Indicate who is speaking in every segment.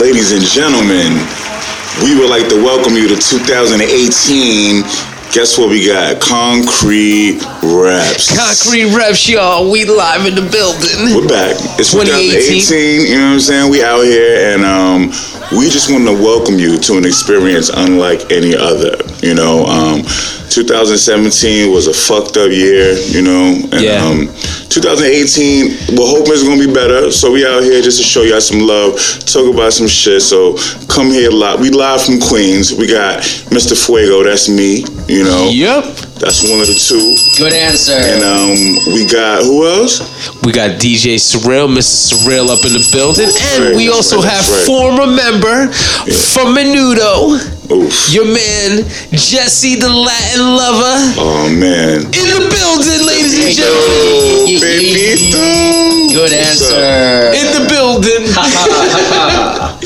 Speaker 1: Ladies and gentlemen, we would like to welcome you to 2018. Guess what we got? Concrete Raps.
Speaker 2: Concrete reps, y'all. We live in the building.
Speaker 1: We're back. It's
Speaker 2: 2018.
Speaker 1: 2018. You know what I'm saying? We out here, and um, we just want to welcome you to an experience unlike any other. You know, um, 2017 was a fucked up year. You know, and
Speaker 3: Yeah.
Speaker 1: um, 2018, we're hoping it's gonna be better. So we out here just to show y'all some love, talk about some shit. So come here live. We live from Queens. We got Mr. Fuego. That's me. You know,
Speaker 3: Yep.
Speaker 1: that's one of the two.
Speaker 2: Good answer.
Speaker 1: And um, we got who else?
Speaker 3: We got DJ Surreal, Mr. Surreal up in the building. And
Speaker 1: right,
Speaker 3: we
Speaker 1: that's
Speaker 3: also
Speaker 1: right,
Speaker 3: have
Speaker 1: that's right.
Speaker 3: former member from Menudo,
Speaker 1: Oof.
Speaker 3: your man Jesse the Latin Lover
Speaker 1: Oh man.
Speaker 3: in the building, ladies and gentlemen.
Speaker 1: Oh,
Speaker 2: Yeah, yeah,
Speaker 1: Pepito.
Speaker 2: Good
Speaker 1: What's up?
Speaker 2: answer.
Speaker 3: In the building.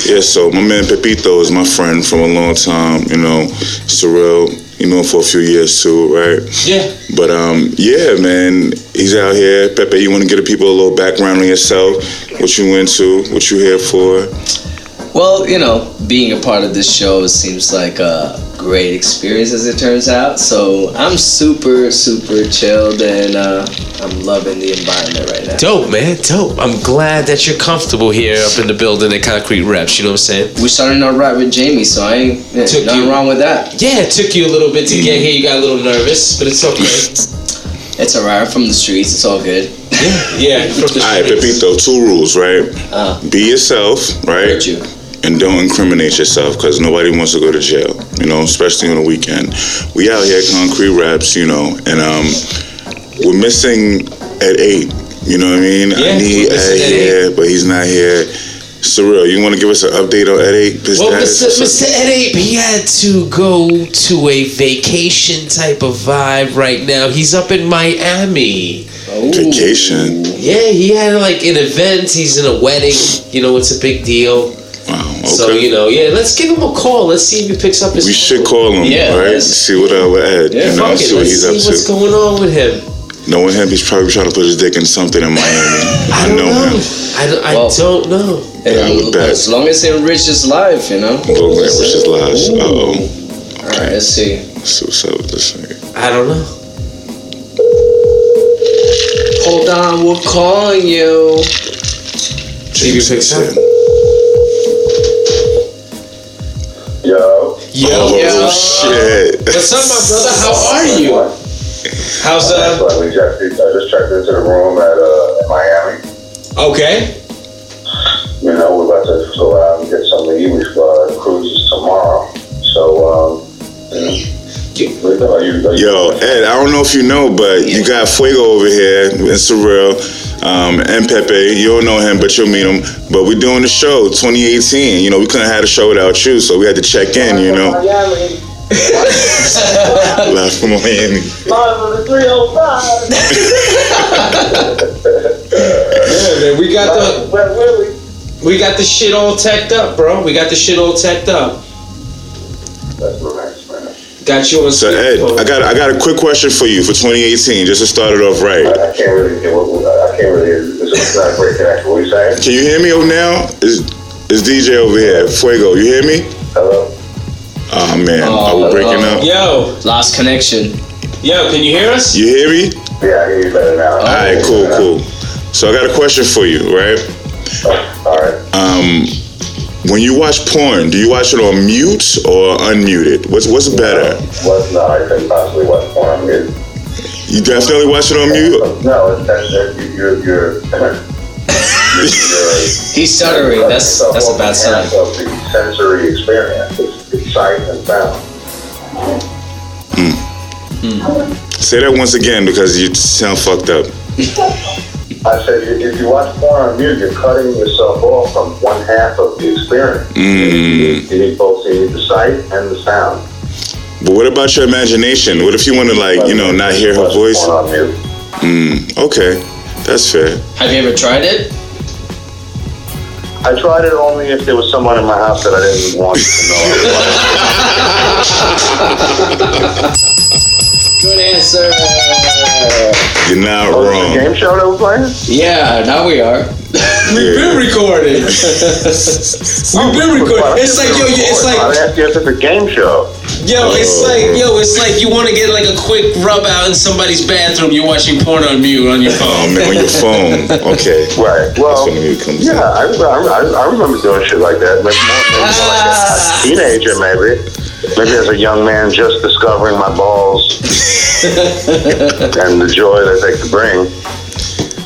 Speaker 1: Yeah, so my man Pepito is my friend from a long time, you know, Sorrel, you know him for a few years too, right?
Speaker 3: Yeah.
Speaker 1: But um, yeah, man, he's out here. Pepe, you want to give the people a little background on yourself, what you into, what you here for?
Speaker 2: Well, you know, being a part of this show seems like a great experience as it turns out. So I'm super, super chilled and uh, I'm loving the environment right now.
Speaker 3: Dope, man. Dope. I'm glad that you're comfortable here up in the building at Concrete Reps. You know what I'm saying?
Speaker 2: We started our ride with Jamie, so I ain't yeah,
Speaker 3: Took
Speaker 2: nothing
Speaker 3: you.
Speaker 2: wrong with that.
Speaker 3: Yeah, it took you a little bit to get here. You got a little nervous, but it's okay.
Speaker 2: It's alright. I'm from the streets. It's all good.
Speaker 3: yeah. From the
Speaker 1: All right,
Speaker 3: streets.
Speaker 1: Pepito, two rules, right?
Speaker 2: Uh,
Speaker 1: Be yourself, right?
Speaker 2: hurt you.
Speaker 1: and don't incriminate yourself because nobody wants to go to jail, you know, especially on the weekend. We out here, concrete raps, you know, and um, we're missing at eight, you know what I mean? I
Speaker 3: Yeah,
Speaker 1: need
Speaker 3: we're
Speaker 1: Ed
Speaker 3: missing at
Speaker 1: here, but he's not here. Surreal, you want to give us an update on at eight? This-
Speaker 3: Well,
Speaker 1: that is-
Speaker 3: Mr. Mr. Ed Ape, he had to go to a vacation type of vibe right now. He's up in Miami.
Speaker 2: Oh.
Speaker 1: Vacation.
Speaker 3: Yeah, he had like an event. He's in a wedding. You know, it's a big deal.
Speaker 1: Wow, okay.
Speaker 3: So you know, yeah. Let's give him a call. Let's see if he picks up his.
Speaker 1: we should call him,
Speaker 3: Yeah,
Speaker 1: right?
Speaker 3: let's-
Speaker 1: See what up with Ed,
Speaker 3: Yeah,
Speaker 1: you know,
Speaker 3: fuck it.
Speaker 1: see what
Speaker 3: Let's
Speaker 1: he's
Speaker 3: see
Speaker 1: up
Speaker 3: what's
Speaker 1: to.
Speaker 3: going on with him.
Speaker 1: Knowing him, he's probably trying to put his dick in something in Miami.
Speaker 3: I don't
Speaker 1: know,
Speaker 3: know.
Speaker 1: him.
Speaker 3: I don't, I
Speaker 2: Well-
Speaker 3: don't know.
Speaker 1: Yeah, I would bet.
Speaker 2: As long as it enriches life, you know.
Speaker 1: Go ahead, which is lies. Uh oh.
Speaker 2: All right, let's see.
Speaker 1: So, so, this nigga.
Speaker 3: I don't know.
Speaker 2: Hold on, we're calling you.
Speaker 3: See if he picks up.
Speaker 4: Yo.
Speaker 3: Yo,
Speaker 1: Oh
Speaker 3: yo.
Speaker 1: shit!
Speaker 3: What's up, my brother? How are you?
Speaker 4: What?
Speaker 3: How's
Speaker 4: That's
Speaker 3: uh?
Speaker 4: why we just, I just checked into the room at uh, in Miami.
Speaker 3: Okay.
Speaker 4: You know, we're about to go out and get some of the English uh, cruises tomorrow. So, um, you know, what about you? Are you-
Speaker 1: Yo, Ed, I don't know if you know, but you got Fuego over here and Surreal um, and Pepe. You don't know him, but you'll meet him. But we're doing the show 2018. You know, we couldn't have the show without you, so we had to check in. You know,
Speaker 5: Miami.
Speaker 1: live from Miami.
Speaker 5: Live in the 305.
Speaker 3: Yeah, man. We got the.
Speaker 5: Wet Willie.
Speaker 3: We got the shit all teched up, bro. We got the shit all teched up.
Speaker 4: That's relaxed, man.
Speaker 3: Got you on
Speaker 1: So Ed,
Speaker 3: speakerphone.
Speaker 1: I got I got a quick question for you for 2018, just to start it off right.
Speaker 4: I, I can't really. get what- I can't really. It's not a great connection. What are you saying?
Speaker 1: Can you hear me over now? Is is DJ over here? Fuego, you hear me?
Speaker 4: Hello.
Speaker 1: Oh man, are
Speaker 2: Oh,
Speaker 1: we breaking
Speaker 2: hello.
Speaker 1: up?
Speaker 3: Yo,
Speaker 2: Lost connection.
Speaker 3: yo, can you hear us?
Speaker 1: You hear me?
Speaker 4: Yeah, I hear you better now.
Speaker 1: All right, cool, cool. So I got a question for you, right?
Speaker 4: All right.
Speaker 1: Um, when you watch porn, do you watch it on mute or unmuted? What's what's better?
Speaker 4: What's not? I couldn't possibly. What's form is?
Speaker 1: You definitely watch it on mute.
Speaker 4: No, it's that's, that's you're you're. you're, you're
Speaker 2: He's stuttering. That's that's a bad sign.
Speaker 4: Of the sensory experience, it's, it's sight and sound.
Speaker 1: Say that once again because you sound fucked up.
Speaker 4: I said, if if you watch porn on mute, you're cutting yourself off from one half of the experience.
Speaker 1: Mm.
Speaker 4: You need both, you need the sight and the sound.
Speaker 1: But what about your imagination? What if you want to like you know not hear her
Speaker 4: Watch
Speaker 1: voice?
Speaker 4: Porn on mute.
Speaker 1: Mm. Okay, that's fair.
Speaker 2: Have you ever tried it?
Speaker 4: I tried it only if there was someone in my house that I didn't want to know. Oh,
Speaker 2: Good answer.
Speaker 1: You're not
Speaker 4: Oh, the
Speaker 1: wrong.
Speaker 4: game show that we're playing?
Speaker 2: Yeah, now we are.
Speaker 6: We've been recording. We've been
Speaker 2: Oh,
Speaker 6: recording. It's like yo, it's like
Speaker 4: I asked you if it's a game show.
Speaker 6: yo, it's
Speaker 2: Oh.
Speaker 6: like yo, it's like you want to get like a quick rub out in somebody's bathroom. You're watching porn on mute on your phone.
Speaker 1: Oh man, on your phone. Okay.
Speaker 4: Right. Well,
Speaker 1: That's when it comes
Speaker 4: yeah,
Speaker 1: in.
Speaker 4: I, re- I, re- I, re- I remember doing shit like that. Maybe, more- maybe more like a,
Speaker 6: Ah.
Speaker 4: a teenager, maybe. Maybe as a young man just discovering my balls and the joy that they could bring.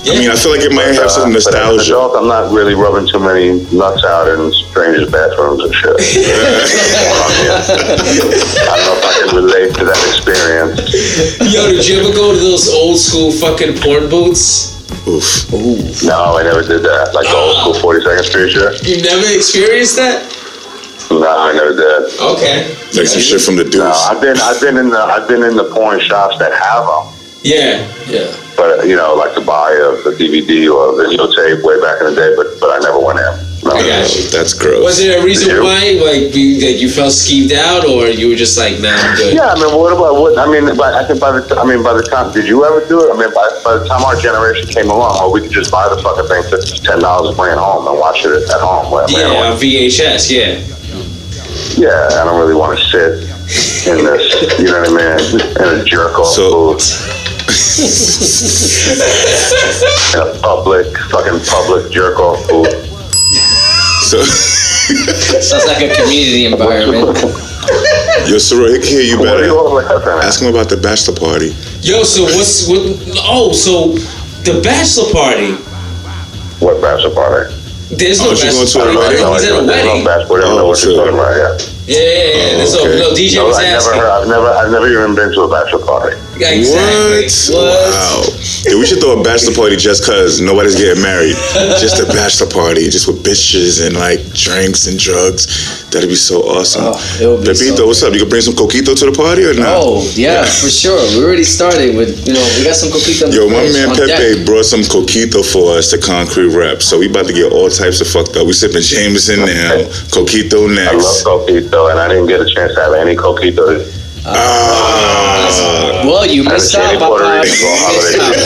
Speaker 1: I mean, I feel like it might have some
Speaker 4: Uh, but as an
Speaker 1: nostalgia.
Speaker 4: adult, I'm not really rubbing too many nuts out in strangers' bathrooms and shit. I don't know if I can relate to that experience.
Speaker 6: Yo, did you ever go to those old school fucking porn booths?
Speaker 1: Oof.
Speaker 4: No, I never did that. Like the old school 42nd Street shit.
Speaker 6: You never experienced that?
Speaker 4: No, I never did.
Speaker 6: Okay.
Speaker 1: Like some shit from the dudes.
Speaker 4: No, I've been I've been in the I've been in the porn shops that have them,
Speaker 6: Yeah, yeah.
Speaker 4: but you know, like the buy of the DVD or videotape way back in the day, but but I never went in. No.
Speaker 6: I got you.
Speaker 1: That's gross.
Speaker 6: Was there a reason
Speaker 4: Yeah.
Speaker 6: why, like, you, that you felt skeeved out, or you were just like, nah, I'm good?
Speaker 4: Yeah, I mean, what about what? I mean, but I think by the t- I mean by the time did you ever do it? I mean, by, by the time our generation came along, well, we could just buy the fucking thing for ten dollars and bring it home and watch it at home. Where,
Speaker 6: Yeah,
Speaker 4: where-
Speaker 6: on VHS, yeah.
Speaker 4: yeah, I don't really want to sit in this. You know what I mean? In a jerk off
Speaker 1: So-
Speaker 4: booth. in a public fucking public jerk off booth.
Speaker 1: so,
Speaker 2: Sounds like a community environment.
Speaker 1: yo, Sorrel, he can hear you
Speaker 4: What are
Speaker 1: better.
Speaker 4: you all laughing at?
Speaker 1: Ask him about the bachelor party.
Speaker 6: Yo, so what's what? Oh, so the bachelor party.
Speaker 4: What bachelor party?
Speaker 6: There's no
Speaker 1: Oh, she
Speaker 6: bachelor
Speaker 1: going to a Oh,
Speaker 6: party. I
Speaker 1: wedding?
Speaker 4: No,
Speaker 6: was
Speaker 4: there's
Speaker 6: at a
Speaker 4: no
Speaker 6: wedding.
Speaker 4: bachelor. I don't know what you're talking about. Yeah.
Speaker 6: Yeah, yeah, yeah. There's
Speaker 1: Oh,
Speaker 6: no-
Speaker 1: okay.
Speaker 6: no, DJ
Speaker 4: No,
Speaker 6: was
Speaker 4: I've never,
Speaker 6: asking.
Speaker 4: heard, I've never, I've never even been to a bachelor party.
Speaker 6: Yeah, Exactly.
Speaker 1: What? Wow. Yeah, we should throw a bachelor party just cause nobody's getting married. just a bachelor party, just with bitches and like drinks and drugs. That'd be so awesome.
Speaker 2: Oh, it would be
Speaker 1: Pepito,
Speaker 2: so-
Speaker 1: what's up? You gonna bring some coquito to the party or not?
Speaker 2: Oh yeah, for sure. We already started with you know we got some cookies on the
Speaker 1: Yo, my
Speaker 2: fridge,
Speaker 1: man
Speaker 2: on
Speaker 1: Pepe
Speaker 2: deck.
Speaker 1: brought some coquito for us to concrete rep. So we about to get all types of fucked up. We sipping Jameson now, coquito
Speaker 4: I love
Speaker 1: next.
Speaker 4: coquito, and I didn't get a chance to have any coquito.
Speaker 1: Ah,
Speaker 2: Well, you
Speaker 4: I
Speaker 2: missed
Speaker 4: haven't seen
Speaker 2: out,
Speaker 4: any Puerto
Speaker 2: Papa.
Speaker 4: Rican on
Speaker 2: You
Speaker 4: holiday.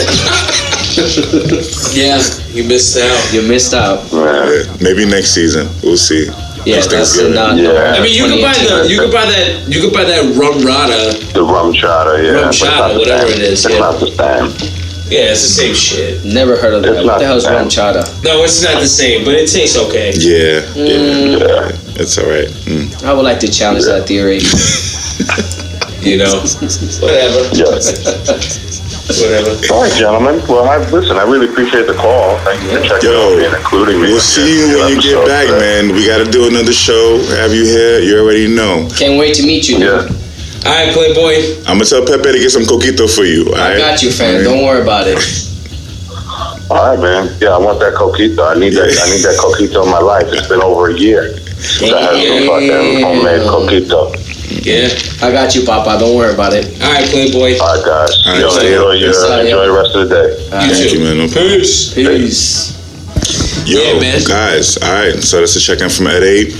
Speaker 2: missed out.
Speaker 6: Yeah, you missed out.
Speaker 2: You missed out.
Speaker 4: Yeah.
Speaker 1: yeah, maybe next season. We'll see.
Speaker 2: Yeah,
Speaker 1: Next
Speaker 2: that's a
Speaker 1: Thanksgiving.
Speaker 2: non.
Speaker 4: Yeah.
Speaker 6: I mean, you could buy the you could buy that you could buy that rum rata.
Speaker 4: The rum chata, yeah.
Speaker 6: Rum
Speaker 4: but it's not
Speaker 6: chata,
Speaker 4: the
Speaker 6: whatever it
Speaker 4: same.
Speaker 6: is,
Speaker 4: It's
Speaker 6: yeah.
Speaker 4: not the same.
Speaker 6: Yeah, it's the same shit.
Speaker 2: Never heard of
Speaker 4: It's
Speaker 2: that. What
Speaker 4: not
Speaker 2: the hell's rum
Speaker 4: bad.
Speaker 2: chata?
Speaker 6: No, it's not the same, but it tastes okay.
Speaker 1: Yeah, yeah,
Speaker 4: Yeah.
Speaker 1: it's all right. Mm.
Speaker 2: mm, I would like to challenge that theory.
Speaker 6: You know, whatever,
Speaker 4: Yes.
Speaker 6: whatever.
Speaker 4: All right, gentlemen. Well, I, listen, I really appreciate the call. Thank you for checking
Speaker 1: Yo,
Speaker 4: out and including me.
Speaker 1: We'll see you when you get back, man. We got to do another show. Have you here? You already know.
Speaker 2: Can't wait to meet you. dude.
Speaker 4: Yeah.
Speaker 6: All right, Playboy.
Speaker 1: I'm gonna tell Pepe to get some coquito for you. All
Speaker 2: I
Speaker 1: right?
Speaker 2: got you, fam.
Speaker 1: All right.
Speaker 2: Don't worry about it.
Speaker 4: All right, man. Yeah, I want that coquito. I need that. I need that coquito in my life. It's been over a year since I had some fucking homemade coquito.
Speaker 6: Yeah.
Speaker 2: I got you, Papa. Don't worry about it.
Speaker 6: All right, Playboy.
Speaker 4: All right, guys.
Speaker 1: All right,
Speaker 4: Yo,
Speaker 1: stay
Speaker 4: enjoy,
Speaker 1: up.
Speaker 4: your,
Speaker 2: Peace out,
Speaker 4: enjoy
Speaker 2: yo.
Speaker 4: the rest of the day.
Speaker 2: You
Speaker 1: Thank you, man. No problem.
Speaker 6: Peace.
Speaker 2: Peace.
Speaker 1: Yo,
Speaker 6: Yeah, man.
Speaker 1: guys. All right. So that's the check-in from Ed Eight.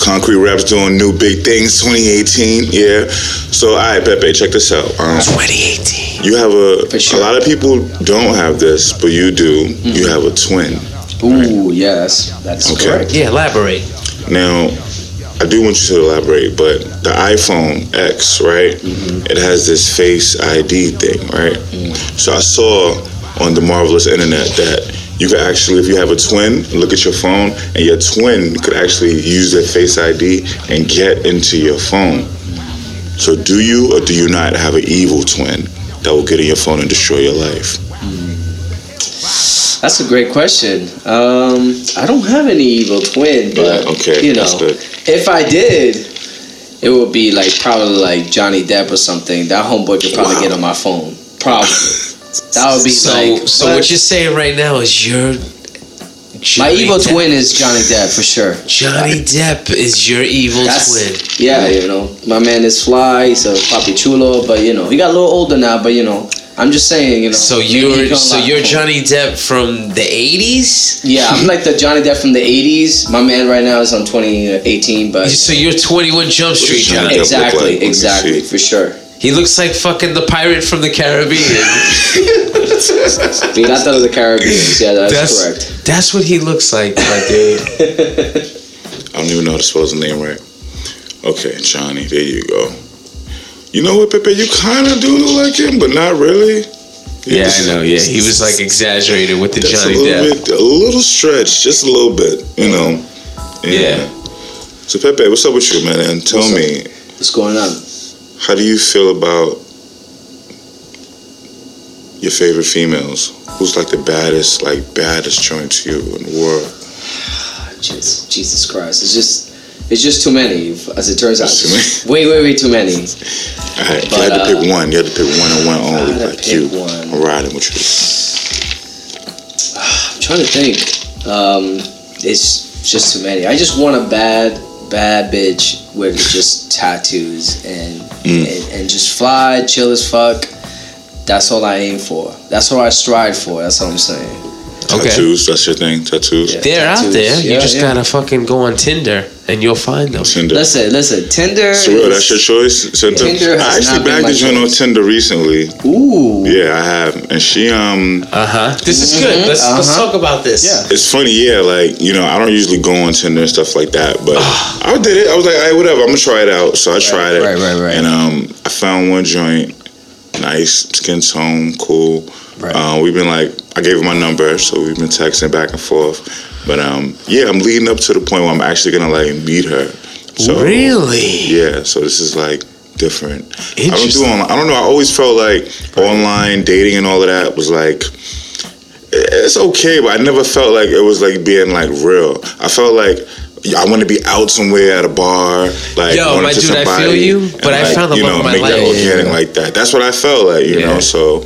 Speaker 1: Concrete Raps doing new big things 2018. Yeah. So all right, Pepe, check this out. Um,
Speaker 3: 2018.
Speaker 1: you have a
Speaker 2: For sure. Mm-hmm.
Speaker 1: a lot of people don't have this, but you do. You have a twin.
Speaker 2: Ooh, yes, that's
Speaker 1: Okay.
Speaker 2: correct.
Speaker 3: Yeah, elaborate.
Speaker 1: Now, I do want you to elaborate, but the iPhone X, right? It has this Face ID thing, right? So I saw on the marvelous internet that you could actually, if you have a twin, look at your phone, and your twin could actually use their Face ID and get into your phone. So, do you or do you not have an evil twin that will get in your phone and destroy your life?
Speaker 2: That's a great question. Um, I don't have any evil twin, but
Speaker 1: Yeah, okay,
Speaker 2: you know,
Speaker 1: that's good.
Speaker 2: if I did, it would be like probably like Johnny Depp or something. That homeboy could probably
Speaker 1: Wow.
Speaker 2: get on my phone. Probably. that would be
Speaker 3: So,
Speaker 2: like
Speaker 3: so what you're saying right now is your
Speaker 2: my
Speaker 3: Johnny
Speaker 2: evil
Speaker 3: Depp-
Speaker 2: twin is Johnny Depp for sure.
Speaker 3: Johnny Depp is your evil twin.
Speaker 2: That's, yeah, you know, my man is fly. He's a papi chulo, but you know, he got a little older now. But you know, I'm just saying, you know.
Speaker 3: So
Speaker 2: maybe he
Speaker 3: you're
Speaker 2: gonna
Speaker 3: so
Speaker 2: lock
Speaker 3: you're
Speaker 2: phone.
Speaker 3: Johnny Depp from the 80s.
Speaker 2: Yeah, I'm like the Johnny Depp from the '80s. My man right now is on 2018, but
Speaker 3: So you're 21 Jump Street
Speaker 1: Johnny
Speaker 3: Johnny.
Speaker 1: Depp look like?
Speaker 2: exactly,
Speaker 1: Let me
Speaker 2: exactly,
Speaker 1: see.
Speaker 2: for sure.
Speaker 3: He looks like fucking the pirate from the Caribbean.
Speaker 2: Being out of the Caribbean. Yeah, that's, correct.
Speaker 3: That's what he looks like, my dude.
Speaker 1: I don't even know how to spell his name right. Okay, Johnny, there you go. You know what, Pepe? You kind of do look like him, but not really.
Speaker 3: Yeah, I know. Yeah, he was like exaggerated with the
Speaker 1: That's a
Speaker 3: Johnny
Speaker 1: little
Speaker 3: Depp.
Speaker 1: bit, a little stretch, just a little bit, you know.
Speaker 3: Yeah.
Speaker 1: So Pepe, what's up with you, man? And tell me,
Speaker 2: What's going on?
Speaker 1: how do you feel about your favorite females? Who's like the baddest, like baddest joint to you in the world?
Speaker 2: Jesus, Ah, Jesus Christ. It's just it's just too many, as it turns out.
Speaker 1: It's too
Speaker 2: Way, way, way too many.
Speaker 1: All right, you
Speaker 2: But,
Speaker 1: had to
Speaker 2: uh,
Speaker 1: pick one. You had to pick one and one only,
Speaker 2: gotta
Speaker 1: like you.
Speaker 2: pick one.
Speaker 1: I'm riding with you.
Speaker 2: I'm trying to think. Um, it's just too many. I just want a bad, bad bitch with just tattoos and,
Speaker 1: Mm.
Speaker 2: and and just fly, chill as fuck. That's all I aim for. That's all I strive for. That's what I'm saying.
Speaker 3: Okay.
Speaker 1: Tattoos, that's your thing. Tattoos.
Speaker 2: Yeah.
Speaker 3: They're out
Speaker 2: Tattoos.
Speaker 3: there. You
Speaker 2: Yeah,
Speaker 3: just
Speaker 2: yeah.
Speaker 3: gotta fucking go on Tinder and you'll find them.
Speaker 1: Tinder.
Speaker 2: Listen, listen. Tinder.
Speaker 1: So real,
Speaker 2: is-
Speaker 1: that's your choice. Tinder.
Speaker 2: Tinder has
Speaker 1: I actually
Speaker 2: not been
Speaker 1: bagged
Speaker 2: my
Speaker 1: a joint on
Speaker 2: choice.
Speaker 1: Tinder recently.
Speaker 2: Ooh.
Speaker 1: Yeah, I have, and she um.
Speaker 3: Uh huh. This is good. Let's let's
Speaker 2: Uh-huh.
Speaker 3: talk about this.
Speaker 2: Yeah.
Speaker 1: It's funny, yeah. Like you know, I don't usually go on Tinder and stuff like that, but I did it. I was like, hey, whatever. I'm gonna try it out. So I tried it.
Speaker 2: Ah. right, right, right.
Speaker 1: And um, I found one joint, nice skin tone, cool.
Speaker 2: Right.
Speaker 1: Uh, we've been like, I gave her my number, so we've been texting back and forth. But um, yeah, I'm leading up to the point where I'm actually gonna like meet her. So,
Speaker 3: Really?
Speaker 1: Yeah. So this is like different. I don't do
Speaker 3: Interesting.
Speaker 1: online. I don't know. I always felt like online dating and all of that was like it's okay, but I never felt like it was like being like real. I felt like I want to be out somewhere at a bar, like
Speaker 3: Yo,
Speaker 1: going
Speaker 3: my
Speaker 1: up to
Speaker 3: dude, I feel
Speaker 1: somebody
Speaker 3: you,
Speaker 1: and,
Speaker 3: but I
Speaker 1: like,
Speaker 3: found the
Speaker 1: you
Speaker 3: love
Speaker 1: know,
Speaker 3: of my
Speaker 1: make that
Speaker 3: life.
Speaker 1: organic
Speaker 3: Yeah.
Speaker 1: like that. That's what I felt like, you
Speaker 3: Yeah.
Speaker 1: know. So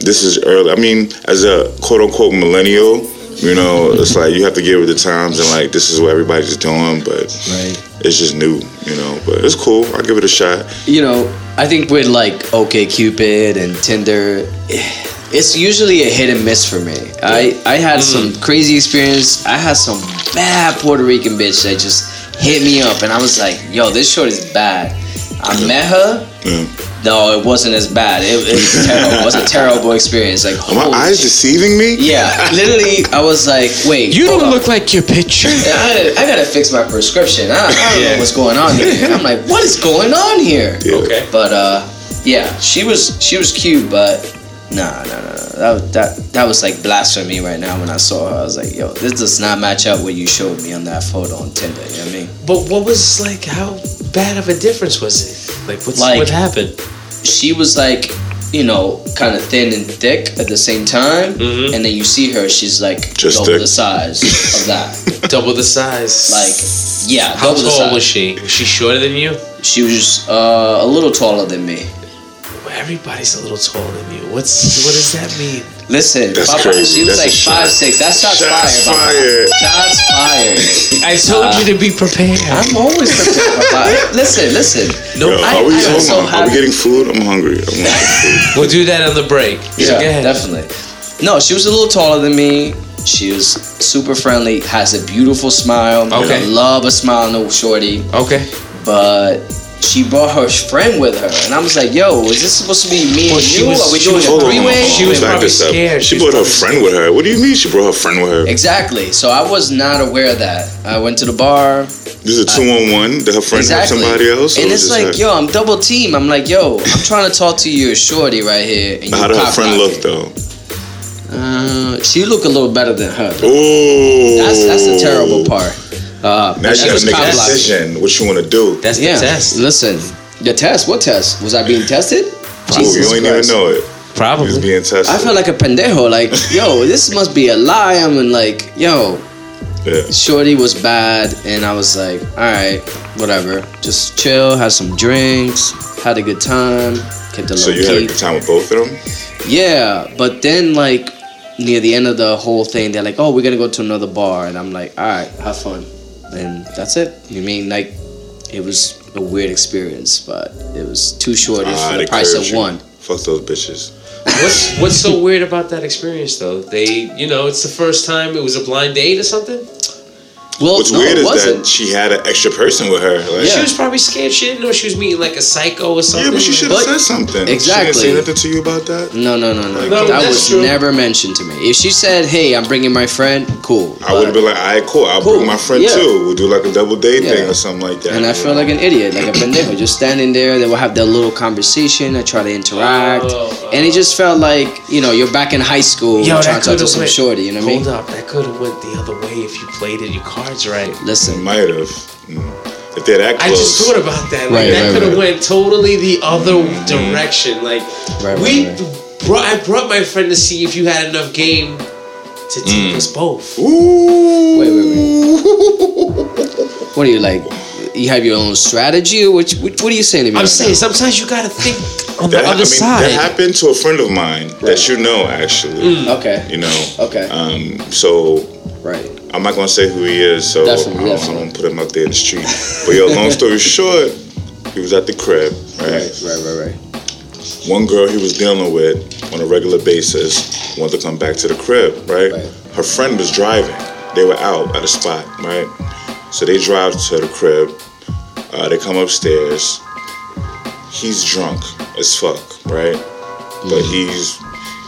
Speaker 1: this is early. I mean, as a quote unquote millennial. You know, it's like you have to get with the times, and like this is what everybody's doing, but it's just new, you know. But it's cool. I give it a shot.
Speaker 2: you know, I think with like OK Cupid and Tinder, it's usually a hit and miss for me. I I had
Speaker 3: Mm-hmm.
Speaker 2: some crazy experience. I had some bad Puerto Rican bitch that just hit me up, and I was like, "Yo, this short is bad." I met her.
Speaker 1: Yeah.
Speaker 2: No, it wasn't as bad. It, it was terrible. It was a terrible experience. Like,
Speaker 1: Are my
Speaker 2: holy
Speaker 1: eyes
Speaker 2: shit.
Speaker 1: deceiving me?
Speaker 2: yeah, literally, I was like, "Wait,
Speaker 3: You
Speaker 2: hold
Speaker 3: don't
Speaker 2: up.
Speaker 3: look like your picture.
Speaker 2: I gotta, I gotta fix my prescription. I, I don't
Speaker 3: Yeah.
Speaker 2: know what's going on here. I'm like, what is going on here?
Speaker 1: Yeah. Okay.
Speaker 2: But uh, yeah, she was she was cute, but nah, nah, nah. nah. That was- that that was like blasphemy right now when I saw her. I was like, yo, this does not match up what you showed me on that photo on Tinder. You know what I mean?
Speaker 3: But what was like? How bad of a difference was it? Like, what's
Speaker 2: Like-
Speaker 3: what happened?
Speaker 2: She was like, you know, kind of thin and thick at the same time,
Speaker 3: Mm-hmm.
Speaker 2: and then you see her, she's like
Speaker 1: Just
Speaker 2: double
Speaker 1: thick.
Speaker 2: the size of that.
Speaker 3: Double the size.
Speaker 2: Like, yeah,
Speaker 3: how
Speaker 2: double the
Speaker 3: tall
Speaker 2: size.
Speaker 3: was she? Was she shorter than you?
Speaker 2: She was just, uh, a little taller than me.
Speaker 3: Everybody's a little taller than you. What's what does that mean?
Speaker 2: Listen,
Speaker 1: That's
Speaker 2: Papa,
Speaker 1: crazy.
Speaker 2: she was
Speaker 1: That's a
Speaker 2: like
Speaker 1: shot.
Speaker 2: five six. That shot's,
Speaker 1: Shots
Speaker 2: fired. Papa.
Speaker 1: fired.
Speaker 2: Shots fired.
Speaker 3: I told you to be prepared.
Speaker 2: I'm always prepared. Papa. listen, listen.
Speaker 3: no,
Speaker 1: Yo,
Speaker 3: I,
Speaker 1: are we,
Speaker 2: I
Speaker 1: hold
Speaker 2: also
Speaker 1: on, are
Speaker 2: have-
Speaker 1: we getting food? I'm hungry. I'm hungry.
Speaker 3: we'll do that on the break. So go ahead.
Speaker 2: definitely. No, she was a little taller than me. She was super friendly. Has a beautiful smile.
Speaker 3: Okay.
Speaker 2: I love a smile, no shorty.
Speaker 3: Okay.
Speaker 2: But she brought her friend with her, and I was like, "Yo, is this supposed to be me
Speaker 3: Well,
Speaker 2: and
Speaker 3: she
Speaker 2: you?
Speaker 3: was-
Speaker 2: Are we
Speaker 3: she
Speaker 2: doing
Speaker 3: was-
Speaker 2: a
Speaker 1: Hold on,
Speaker 2: three
Speaker 1: hold on,
Speaker 2: way?"
Speaker 1: hold on.
Speaker 3: She
Speaker 1: Let's
Speaker 3: was
Speaker 1: back
Speaker 3: probably
Speaker 1: this up.
Speaker 3: scared.
Speaker 1: She,
Speaker 3: She was
Speaker 1: brought her
Speaker 3: probably
Speaker 1: friend with her. What do you mean she brought her friend with her?
Speaker 2: Exactly. So I was not aware of that. I went to the bar.
Speaker 1: This is a two on one. Did her friend
Speaker 2: exactly.
Speaker 1: have somebody else? or
Speaker 2: And
Speaker 1: was this
Speaker 2: it's like,
Speaker 1: her?
Speaker 2: yo, I'm double team. I'm like, yo, I'm trying to talk to you, shorty, right here. And you
Speaker 1: How did her
Speaker 2: cock
Speaker 1: friend look though?
Speaker 2: blocking. Uh, she look a little better than her. though.
Speaker 1: Oh,
Speaker 2: That's that's the terrible part. Uh,
Speaker 1: Now you
Speaker 2: she
Speaker 1: gotta
Speaker 2: was
Speaker 1: make a
Speaker 2: cock blocking.
Speaker 1: decision what you want to do.
Speaker 3: That's
Speaker 2: Yeah.
Speaker 3: the test.
Speaker 2: Listen, the test. What test? Was I being tested?
Speaker 1: oh, you ain't even
Speaker 2: Christ.
Speaker 1: know it. You was
Speaker 3: Probably.
Speaker 1: being tested.
Speaker 2: I felt like a pendejo. Like, yo, this must be a lie. I'm in like, yo,
Speaker 1: yeah.
Speaker 2: Shorty was bad, and I was like, all right, whatever. Just chill, had some drinks, had a good time, kept a
Speaker 1: So
Speaker 2: low
Speaker 1: you had a
Speaker 2: key.
Speaker 1: good time with both of them.
Speaker 2: Yeah, but then like near the end of the whole thing, they're like, "Oh, we're gonna go to another bar," and I'm like, "All right, have fun," and that's it. You mean like it was a weird experience, but it was too short
Speaker 1: Ah,
Speaker 2: for
Speaker 1: they
Speaker 2: the price
Speaker 1: curved
Speaker 2: of
Speaker 1: you.
Speaker 2: one.
Speaker 1: Fuck those bitches.
Speaker 3: What's what's so weird about that experience though? They, you know, it's the first time it was a blind date or something.
Speaker 2: Well,
Speaker 1: What's
Speaker 2: no,
Speaker 1: weird is
Speaker 2: it wasn't.
Speaker 1: that she had an extra person with her. Like,
Speaker 2: Yeah.
Speaker 3: She was probably scared. She didn't know she was meeting like a psycho or
Speaker 1: yeah,
Speaker 3: something.
Speaker 1: but she should have
Speaker 2: But-
Speaker 1: said something.
Speaker 2: Exactly.
Speaker 1: She didn't say nothing to you about that.
Speaker 2: No, no, no, no.
Speaker 1: No,
Speaker 2: that
Speaker 6: that's
Speaker 2: was
Speaker 6: true.
Speaker 2: never mentioned to me. If she said, "Hey, I'm bringing my friend," cool.
Speaker 1: I would have been like, all right, cool. I'll
Speaker 2: Cool.
Speaker 1: bring my friend
Speaker 2: Yeah.
Speaker 1: too. We'll do like a double date
Speaker 2: Yeah.
Speaker 1: thing or something like that.
Speaker 2: And I feel like an idiot, like a pendejo, just standing there. They will have their little conversation. I try to interact,
Speaker 3: Oh,
Speaker 2: and it just felt like you know you're back in high school
Speaker 3: Yo,
Speaker 2: trying
Speaker 3: that
Speaker 2: to talk
Speaker 3: could
Speaker 2: to
Speaker 3: have
Speaker 2: some
Speaker 3: went.
Speaker 2: shorty. You know what I
Speaker 3: Hold
Speaker 2: mean?
Speaker 3: up, that could have went the other way if you played it your cards right.
Speaker 1: It
Speaker 2: Listen,
Speaker 1: might have. Mm. If they're that
Speaker 3: I
Speaker 1: close.
Speaker 3: just thought about that. Like
Speaker 2: Right,
Speaker 3: that
Speaker 2: right,
Speaker 3: could have
Speaker 2: right.
Speaker 3: went totally the other direction. Like
Speaker 2: Right, right,
Speaker 3: we brought, I brought my friend to see if you had enough game to take us both.
Speaker 1: Ooh.
Speaker 2: Wait, what are you like? You have your own strategy, or what? What, what are you saying to me?
Speaker 3: I'm
Speaker 2: right
Speaker 3: saying sometimes you gotta think on
Speaker 1: That,
Speaker 3: the
Speaker 1: I
Speaker 3: other
Speaker 1: mean,
Speaker 3: side.
Speaker 1: that happened to a friend of mine that you know, actually.
Speaker 2: now? Okay.
Speaker 1: You know.
Speaker 2: Okay.
Speaker 1: Um, so
Speaker 2: Right.
Speaker 1: I'm not gonna say who he is, so I,
Speaker 2: Definitely,
Speaker 1: don't,
Speaker 2: definitely.
Speaker 1: I don't put him out there in the street. But yo, long story short, he was at the crib, right?
Speaker 2: Right. Right. Right.
Speaker 1: One girl he was dealing with on a regular basis wanted to come back to the crib, right?
Speaker 2: Right.
Speaker 1: Her friend was driving. They were out at a spot, right? So they drive to the crib. Uh, they come upstairs. He's drunk as fuck, right? But he's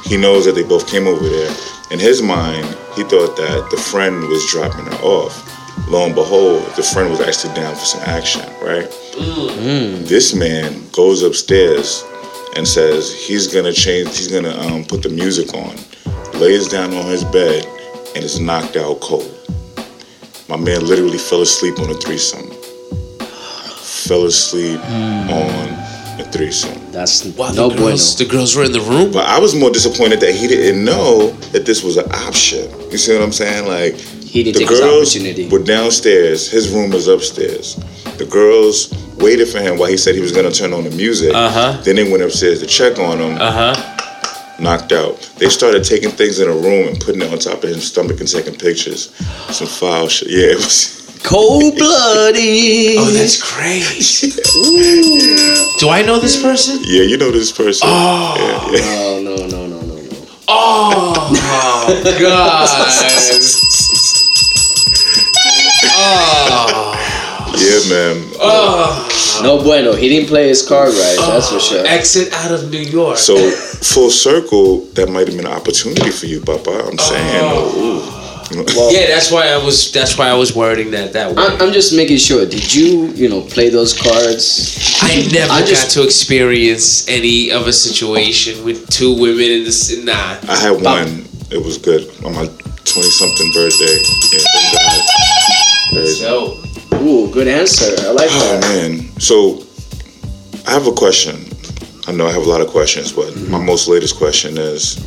Speaker 1: he knows that they both came over there. In his mind, he thought that the friend was dropping her off. Lo and behold, the friend was actually down for some action, right? This man goes upstairs and says he's gonna change, he's gonna um, put the music on, lays down on his bed, and is knocked out cold. My man literally fell asleep on a threesome. Fell asleep on a threesome.
Speaker 2: That's
Speaker 3: Wow,
Speaker 2: no
Speaker 3: the
Speaker 2: bueno.
Speaker 3: girls, the girls were in the room.
Speaker 1: But I was more disappointed that he didn't know that this was an option. You see what I'm saying? Like
Speaker 2: He didn't
Speaker 1: the
Speaker 2: take his
Speaker 1: girls
Speaker 2: opportunity.
Speaker 1: were downstairs. His room was upstairs. The girls waited for him while he said he was gonna turn on the music.
Speaker 3: Uh-huh.
Speaker 1: Then they went upstairs to check on him.
Speaker 3: Uh huh.
Speaker 1: Knocked out. They started taking things in a room and putting it on top of his stomach and taking pictures. Some foul shit. Yeah, it was.
Speaker 2: Cold blooded.
Speaker 3: Oh, that's crazy. Do I know this person?
Speaker 1: Yeah, you know this person.
Speaker 3: Oh.
Speaker 1: Yeah, yeah.
Speaker 2: No, no, no, no, no, no.
Speaker 3: Oh God. Oh,
Speaker 1: Yeah, man.
Speaker 3: oh.
Speaker 2: No bueno. He didn't play his card right. That's for sure.
Speaker 3: Exit out of New York.
Speaker 1: So full circle, that might have been an opportunity for you, Papa. I'm saying.
Speaker 3: Oh.
Speaker 1: Ooh. You know-
Speaker 3: yeah, that's why I was. That's why I was wording that that way.
Speaker 2: I'm, I'm just making sure. Did you, you know, play those cards?
Speaker 3: I never
Speaker 2: I just-
Speaker 3: got to experience any of a situation with two women in this. Nah.
Speaker 1: I had one. It was good on my twenty something birthday. Yeah, thank God. Very-
Speaker 3: So
Speaker 2: Ooh, good answer. I like
Speaker 1: Oh
Speaker 2: that.
Speaker 1: man. So I have a question. I know I have a lot of questions, but my
Speaker 3: Mm-hmm.
Speaker 1: most latest question is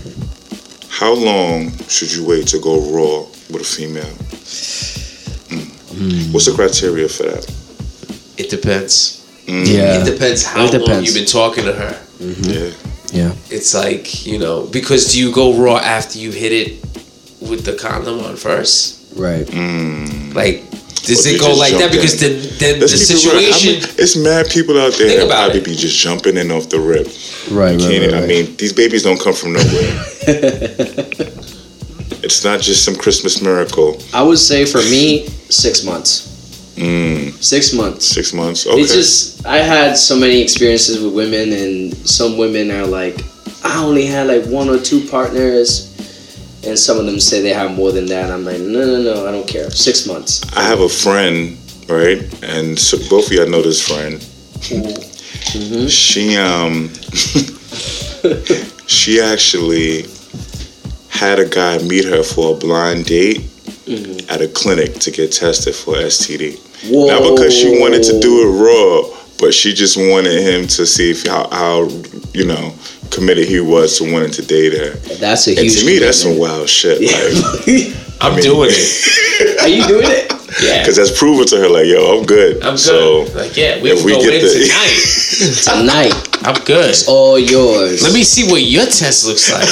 Speaker 1: how long should you wait to go raw with a female? Mm. What's the criteria for that?
Speaker 3: it depends.
Speaker 2: Yeah.
Speaker 3: It depends how
Speaker 2: It
Speaker 3: long
Speaker 2: depends.
Speaker 3: you've been talking to her.
Speaker 1: Yeah.
Speaker 2: Yeah.
Speaker 3: It's like you know because do you go raw after you hit it with the condom on first?
Speaker 2: Right.
Speaker 1: Hmm.
Speaker 3: Like,
Speaker 1: Mm.
Speaker 3: does
Speaker 1: Or
Speaker 3: it
Speaker 1: you
Speaker 3: go
Speaker 1: just
Speaker 3: like that?
Speaker 1: jump in.
Speaker 3: Because then, then the
Speaker 1: Let's keep it real. I mean,
Speaker 3: situation.
Speaker 1: it's mad people out there
Speaker 3: Think
Speaker 1: that
Speaker 3: about
Speaker 1: probably
Speaker 3: it.
Speaker 1: be just jumping in off the rip.
Speaker 2: Right. Right.
Speaker 1: Can't
Speaker 2: right,
Speaker 1: it? I mean, these babies don't come from nowhere. it's not just some Christmas miracle.
Speaker 2: I would say for me, six months.
Speaker 1: Mm,
Speaker 2: Six months.
Speaker 1: six months. Okay.
Speaker 2: It's just I had so many experiences with women, and some women are like, I only had like one or two partners, and some of them say they have more than that. I'm like, no, no, no, I don't care. Six months.
Speaker 1: I have a friend, right? And so both of y'all know this friend. She um she actually had a guy meet her for a blind date at a clinic to get tested for STD.
Speaker 2: Whoa.
Speaker 1: Not because she wanted to do it raw, but she just wanted him to see if how, how you know committed he was to wanting to date her.
Speaker 2: That's a huge.
Speaker 1: And to me, that's some
Speaker 2: commitment.
Speaker 1: wild shit. Like,
Speaker 3: I'm
Speaker 1: mean-
Speaker 3: doing it.
Speaker 2: Are you doing it?
Speaker 3: Yeah.
Speaker 1: because that's proven to her. Like, yo, I'm good.
Speaker 3: I'm good.
Speaker 1: So
Speaker 3: like, yeah, we
Speaker 1: if
Speaker 3: can
Speaker 1: we
Speaker 3: go
Speaker 1: get
Speaker 3: in
Speaker 1: the-
Speaker 3: tonight.
Speaker 2: Tonight,
Speaker 3: I'm good.
Speaker 2: all yours.
Speaker 3: Let me see what your test looks like.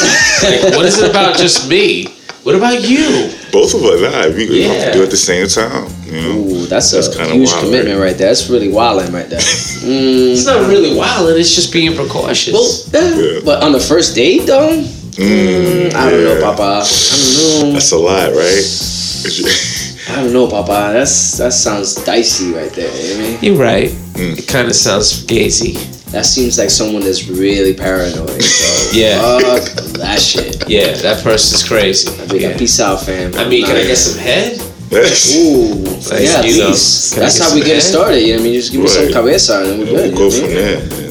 Speaker 3: like, what is it about just me? What about you?
Speaker 1: both of us, nah, we we have
Speaker 3: Yeah.
Speaker 1: to do it at the same time. You know,
Speaker 2: Ooh, that's,
Speaker 1: That's
Speaker 2: a
Speaker 1: kinda
Speaker 2: huge
Speaker 1: wild,
Speaker 2: commitment right there. That's really wilding right there. mm,
Speaker 3: It's not really wild. It's just being precautious.
Speaker 2: well, eh,
Speaker 1: Yeah.
Speaker 2: but on the first date though,
Speaker 1: Mm,
Speaker 2: I don't know,
Speaker 1: yeah.
Speaker 2: Papa. I don't know.
Speaker 1: That's a lot, right?
Speaker 2: I don't know, Papa. That's that sounds dicey right there. You know what I mean?
Speaker 3: You're right.
Speaker 1: Mm.
Speaker 3: It kind of sounds gazy.
Speaker 2: That seems like someone that's really paranoid. So
Speaker 3: Yeah.
Speaker 2: fuck that shit.
Speaker 3: Yeah, that person's crazy.
Speaker 2: I think
Speaker 3: Yeah.
Speaker 2: peace out, fam.
Speaker 3: I mean,
Speaker 2: I'm
Speaker 3: can I
Speaker 2: not-
Speaker 3: get some head?
Speaker 2: Ooh,
Speaker 3: Like,
Speaker 2: yeah,
Speaker 3: you know,
Speaker 2: please.
Speaker 3: can I
Speaker 2: That's
Speaker 3: get
Speaker 2: how
Speaker 3: some
Speaker 2: we get
Speaker 3: head?
Speaker 2: it started. You know what I mean? Just give me some
Speaker 1: Right.
Speaker 2: cabeza and then we're
Speaker 1: we'll
Speaker 2: good.
Speaker 1: go
Speaker 2: you know
Speaker 1: from
Speaker 2: what I mean?
Speaker 1: there. man.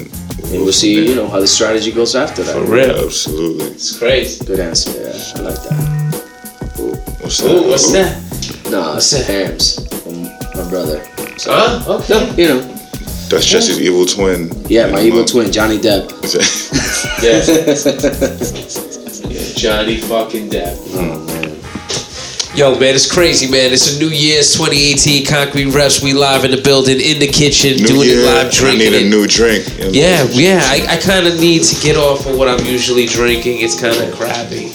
Speaker 2: And we'll see, you know, how the strategy goes after
Speaker 3: For
Speaker 2: that.
Speaker 3: real.
Speaker 1: Absolutely.
Speaker 3: It's crazy.
Speaker 2: Good answer. Yeah, I like that.
Speaker 1: What's that?
Speaker 3: Ooh, what's that?
Speaker 2: Nah,
Speaker 3: What's
Speaker 2: it's
Speaker 3: that?
Speaker 2: Hams, my- my brother.
Speaker 3: Huh? Okay.
Speaker 2: You know,
Speaker 1: That's Jesse's evil twin.
Speaker 2: yeah, my evil
Speaker 1: Um,
Speaker 2: twin, Johnny Depp.
Speaker 3: Yeah. Yeah, Johnny fucking Depp.
Speaker 2: Oh,
Speaker 3: Oh, Yo, man, it's crazy, man. It's a New Year's 2018 Concrete Reps. We live in the building, in the kitchen,
Speaker 1: New
Speaker 3: doing
Speaker 1: year,
Speaker 3: it live, drinking
Speaker 1: I need
Speaker 3: it.
Speaker 1: a new drink. You know?
Speaker 3: Yeah, yeah. I, I kind of need to get off of what I'm usually drinking. It's kind of crappy,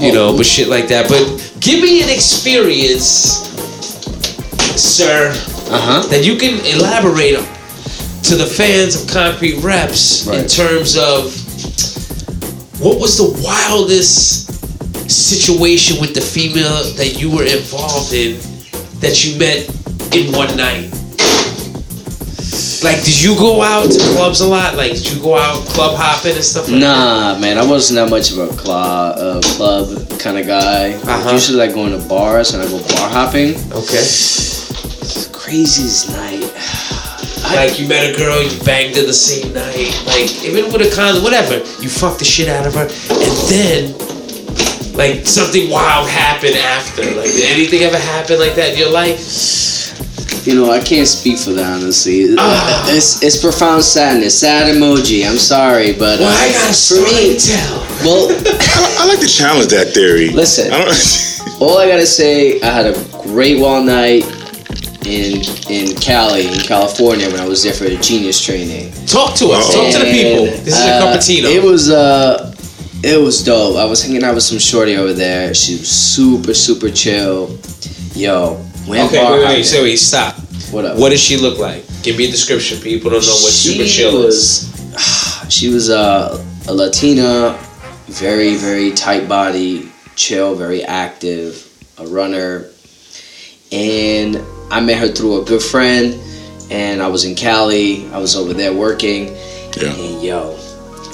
Speaker 3: you know, but shit like that. But give me an experience, sir,
Speaker 2: Uh huh.
Speaker 3: that you can elaborate on to the fans of Concrete Reps in
Speaker 2: Right.
Speaker 3: terms of what was the wildest situation with the female that you were involved in that you met in one night? Like, did you go out to clubs a lot? Like, did you go out club hopping and stuff like that?
Speaker 2: Nah, man, I wasn't that much of a cla- uh, club kind of guy.
Speaker 3: Uh-huh.
Speaker 2: Usually, like going to bars and I go bar hopping.
Speaker 3: Okay.
Speaker 2: Craziest night. I,
Speaker 3: Like, you met a girl, you banged her the same night. Like, even with a condom, whatever. You fucked the shit out of her. And then, like, something wild happened after. Like, did anything ever happen like that in your life?
Speaker 2: you know, I can't speak for that honestly.
Speaker 3: Ah.
Speaker 2: It's it's profound sadness. Sad emoji. I'm sorry, but uh,
Speaker 3: Well, I got a
Speaker 2: for
Speaker 3: story
Speaker 2: me,
Speaker 3: to tell.
Speaker 2: well.
Speaker 1: I, I like to challenge that theory.
Speaker 2: Listen.
Speaker 1: I don't,
Speaker 2: All I gotta say, I had a great wall night in in Cali, in California, when I was there for the genius training.
Speaker 3: Talk to us. Talk to the people. This is a
Speaker 2: uh, It
Speaker 3: Cupertino.
Speaker 2: was uh, it was dope. I was hanging out with some shorty over there. She was super super chill. Yo, went
Speaker 3: Okay,
Speaker 2: bar
Speaker 3: wait, wait,
Speaker 2: hopping.
Speaker 3: wait, so wait, stop.
Speaker 2: what up?
Speaker 3: What does she look like? Give me a description. People don't know what
Speaker 2: she
Speaker 3: super chill is.
Speaker 2: was, She was a, a Latina, very, very tight body, chill, very active, a runner. And I met her through a good friend, and I was in Cali. I was over there working.
Speaker 1: Yeah.
Speaker 2: And yo,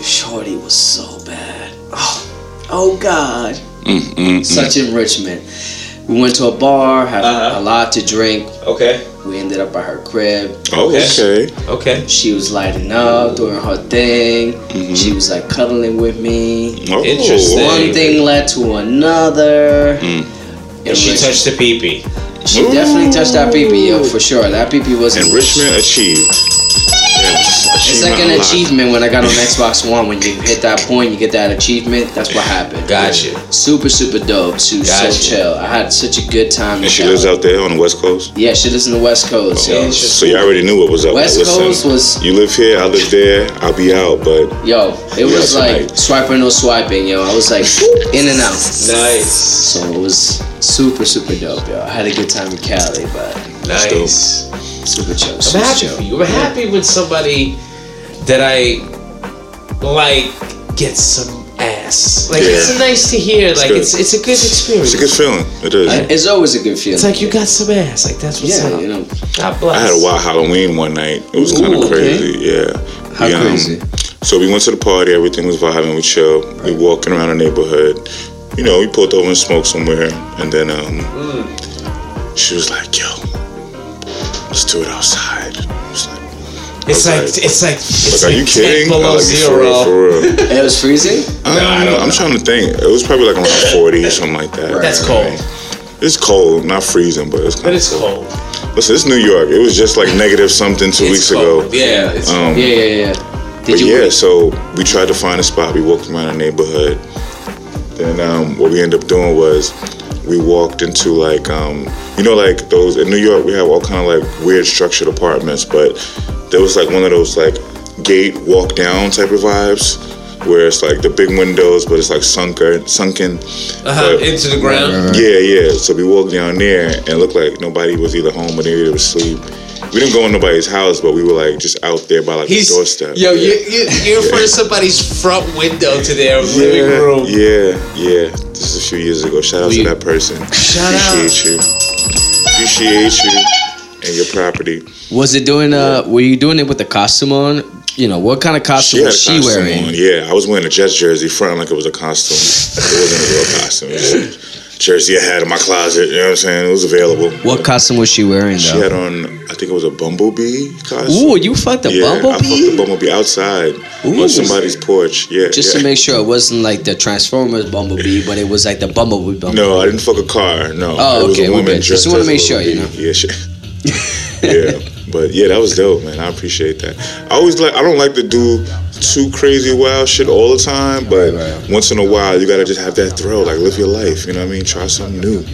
Speaker 2: Shorty was so bad. Oh, oh God.
Speaker 1: mm, mm, mm.
Speaker 2: Such enrichment. We went to a bar, had
Speaker 3: Uh-huh.
Speaker 2: a lot to drink.
Speaker 3: Okay,
Speaker 2: We ended up at her crib
Speaker 1: Oh, Okay.
Speaker 3: okay.
Speaker 2: she was lighting up, doing her thing.
Speaker 1: Mm-hmm.
Speaker 2: She was like cuddling with me.
Speaker 1: Oh,
Speaker 3: Interesting.
Speaker 2: One thing led to another.
Speaker 1: Mm.
Speaker 2: And
Speaker 3: And she
Speaker 2: Rich-
Speaker 3: touched the pee pee.
Speaker 2: she definitely touched that peepee, yo, for sure. That peepee was
Speaker 1: Enrichment achieved. Yes.
Speaker 2: It's like an achievement when I got on Xbox One. When you hit that point, you get that achievement. That's what happened.
Speaker 3: Gotcha.
Speaker 2: Super, super dope. She was
Speaker 3: Gotcha.
Speaker 2: so chill. I had such a good time.
Speaker 1: And she
Speaker 2: with
Speaker 1: lives Oh,
Speaker 2: her.
Speaker 1: out there on the West Coast.
Speaker 2: Yeah, she lives in the West Coast. yo.
Speaker 1: So you already knew what was up.
Speaker 2: West
Speaker 1: Now, listen,
Speaker 2: Coast was
Speaker 1: You live here, I live there, I'll be out, but
Speaker 2: yo. It
Speaker 1: Yeah,
Speaker 2: was like
Speaker 1: tonight.
Speaker 2: swipe or no swiping, yo. I was like in and out.
Speaker 3: Nice.
Speaker 2: So it was super, super dope, yo. I had a good time in Cali, but
Speaker 3: Nice.
Speaker 2: super chill,
Speaker 3: I'm
Speaker 2: super
Speaker 3: happy for
Speaker 2: chill.
Speaker 3: you. I'm happy when somebody that I like gets some ass. Like
Speaker 1: Yeah.
Speaker 3: it's nice to hear. like
Speaker 1: good.
Speaker 3: it's it's a good experience.
Speaker 1: it's a good feeling. It is.
Speaker 2: I- It's always a good feeling.
Speaker 3: It's like you got some ass. Like that's what's
Speaker 2: yeah,
Speaker 3: up.
Speaker 2: you know,
Speaker 3: God
Speaker 1: I
Speaker 3: bless.
Speaker 1: had a wild Halloween one night. It was kind
Speaker 2: Ooh,
Speaker 1: of
Speaker 2: okay.
Speaker 1: crazy. Yeah.
Speaker 2: how
Speaker 1: We, um,
Speaker 2: crazy.
Speaker 1: So we went to the party. Everything was vibing. We chilled. We walking around the neighborhood. You know, we pulled over and smoked somewhere, and then um,
Speaker 2: Mm.
Speaker 1: she was like, "Yo, let's do it outside." I was like,
Speaker 3: It's like
Speaker 1: Okay.
Speaker 3: it's like it's
Speaker 1: like, "Are
Speaker 3: like
Speaker 1: you
Speaker 3: 10
Speaker 1: kidding?"
Speaker 3: below
Speaker 1: I'm like, For
Speaker 3: zero.
Speaker 1: real, for real.
Speaker 2: It was freezing.
Speaker 1: Um, I'm trying to think. It was probably like around 40, something like that.
Speaker 3: That's cold.
Speaker 1: It's cold, not freezing, but it's cold.
Speaker 3: But it's cold.
Speaker 1: Listen, it's New York. It was just like negative something two
Speaker 3: It's
Speaker 1: weeks
Speaker 3: cold.
Speaker 1: ago.
Speaker 3: Yeah. It's,
Speaker 1: Um,
Speaker 2: Yeah, yeah, yeah. Did
Speaker 1: But
Speaker 2: you?
Speaker 1: yeah, so we tried to find a spot. We walked around our neighborhood. Then um, what we ended up doing was we walked into like um, you know like those in New York we have all kind of like weird structured apartments, but there was like one of those like gate walk down type of vibes where it's like the big windows, but it's like sunken, sunken.
Speaker 3: uh-huh,
Speaker 1: But-
Speaker 3: into the ground.
Speaker 1: yeah, yeah. So we walked down there and it looked like nobody was either home or they were asleep. We didn't go in nobody's house, but we were like just out there by like
Speaker 3: He's
Speaker 1: the doorstep.
Speaker 3: yo,
Speaker 1: Yeah.
Speaker 3: you you you're in front of somebody's front window to their
Speaker 1: Yeah,
Speaker 3: living room.
Speaker 1: yeah, yeah. This is a few years ago. Shout out
Speaker 3: We-
Speaker 1: to that person.
Speaker 3: Shout out.
Speaker 1: Appreciate you. appreciate you and your property.
Speaker 2: Was it doing? Uh, were you doing it with the costume on? You know, what kind of costume
Speaker 1: had
Speaker 2: was
Speaker 1: a
Speaker 2: she
Speaker 1: costume
Speaker 2: wearing?
Speaker 1: on. Yeah, I was wearing a Jets jersey, front like it was a costume. It wasn't a real costume. It was just a jersey I had in my closet. You know what I'm saying? It was available.
Speaker 2: What costume was she wearing
Speaker 1: She
Speaker 2: though?
Speaker 1: had on, I think it was a bumblebee costume.
Speaker 2: Ooh, you fucked a
Speaker 1: yeah, I fucked
Speaker 2: bumblebee.
Speaker 1: the bumblebee outside
Speaker 2: Ooh.
Speaker 1: on somebody's porch. Yeah,
Speaker 2: Just
Speaker 1: yeah.
Speaker 2: to make sure it wasn't like the Transformers bumblebee, but it was like the bumblebee bumblebee.
Speaker 1: No, I didn't fuck a car. No. It was
Speaker 2: Oh,
Speaker 1: a
Speaker 2: okay, we're
Speaker 1: woman
Speaker 2: good. Just
Speaker 1: dressed
Speaker 2: wanna
Speaker 1: as a
Speaker 2: make sure, you
Speaker 1: little bee. Yeah, shit. yeah, but yeah, that was dope, man. I appreciate that. I always like. I don't like to do too crazy wild shit all the time, but once in a while, you gotta just have that thrill. Like live your life. You know what I mean? Try something new.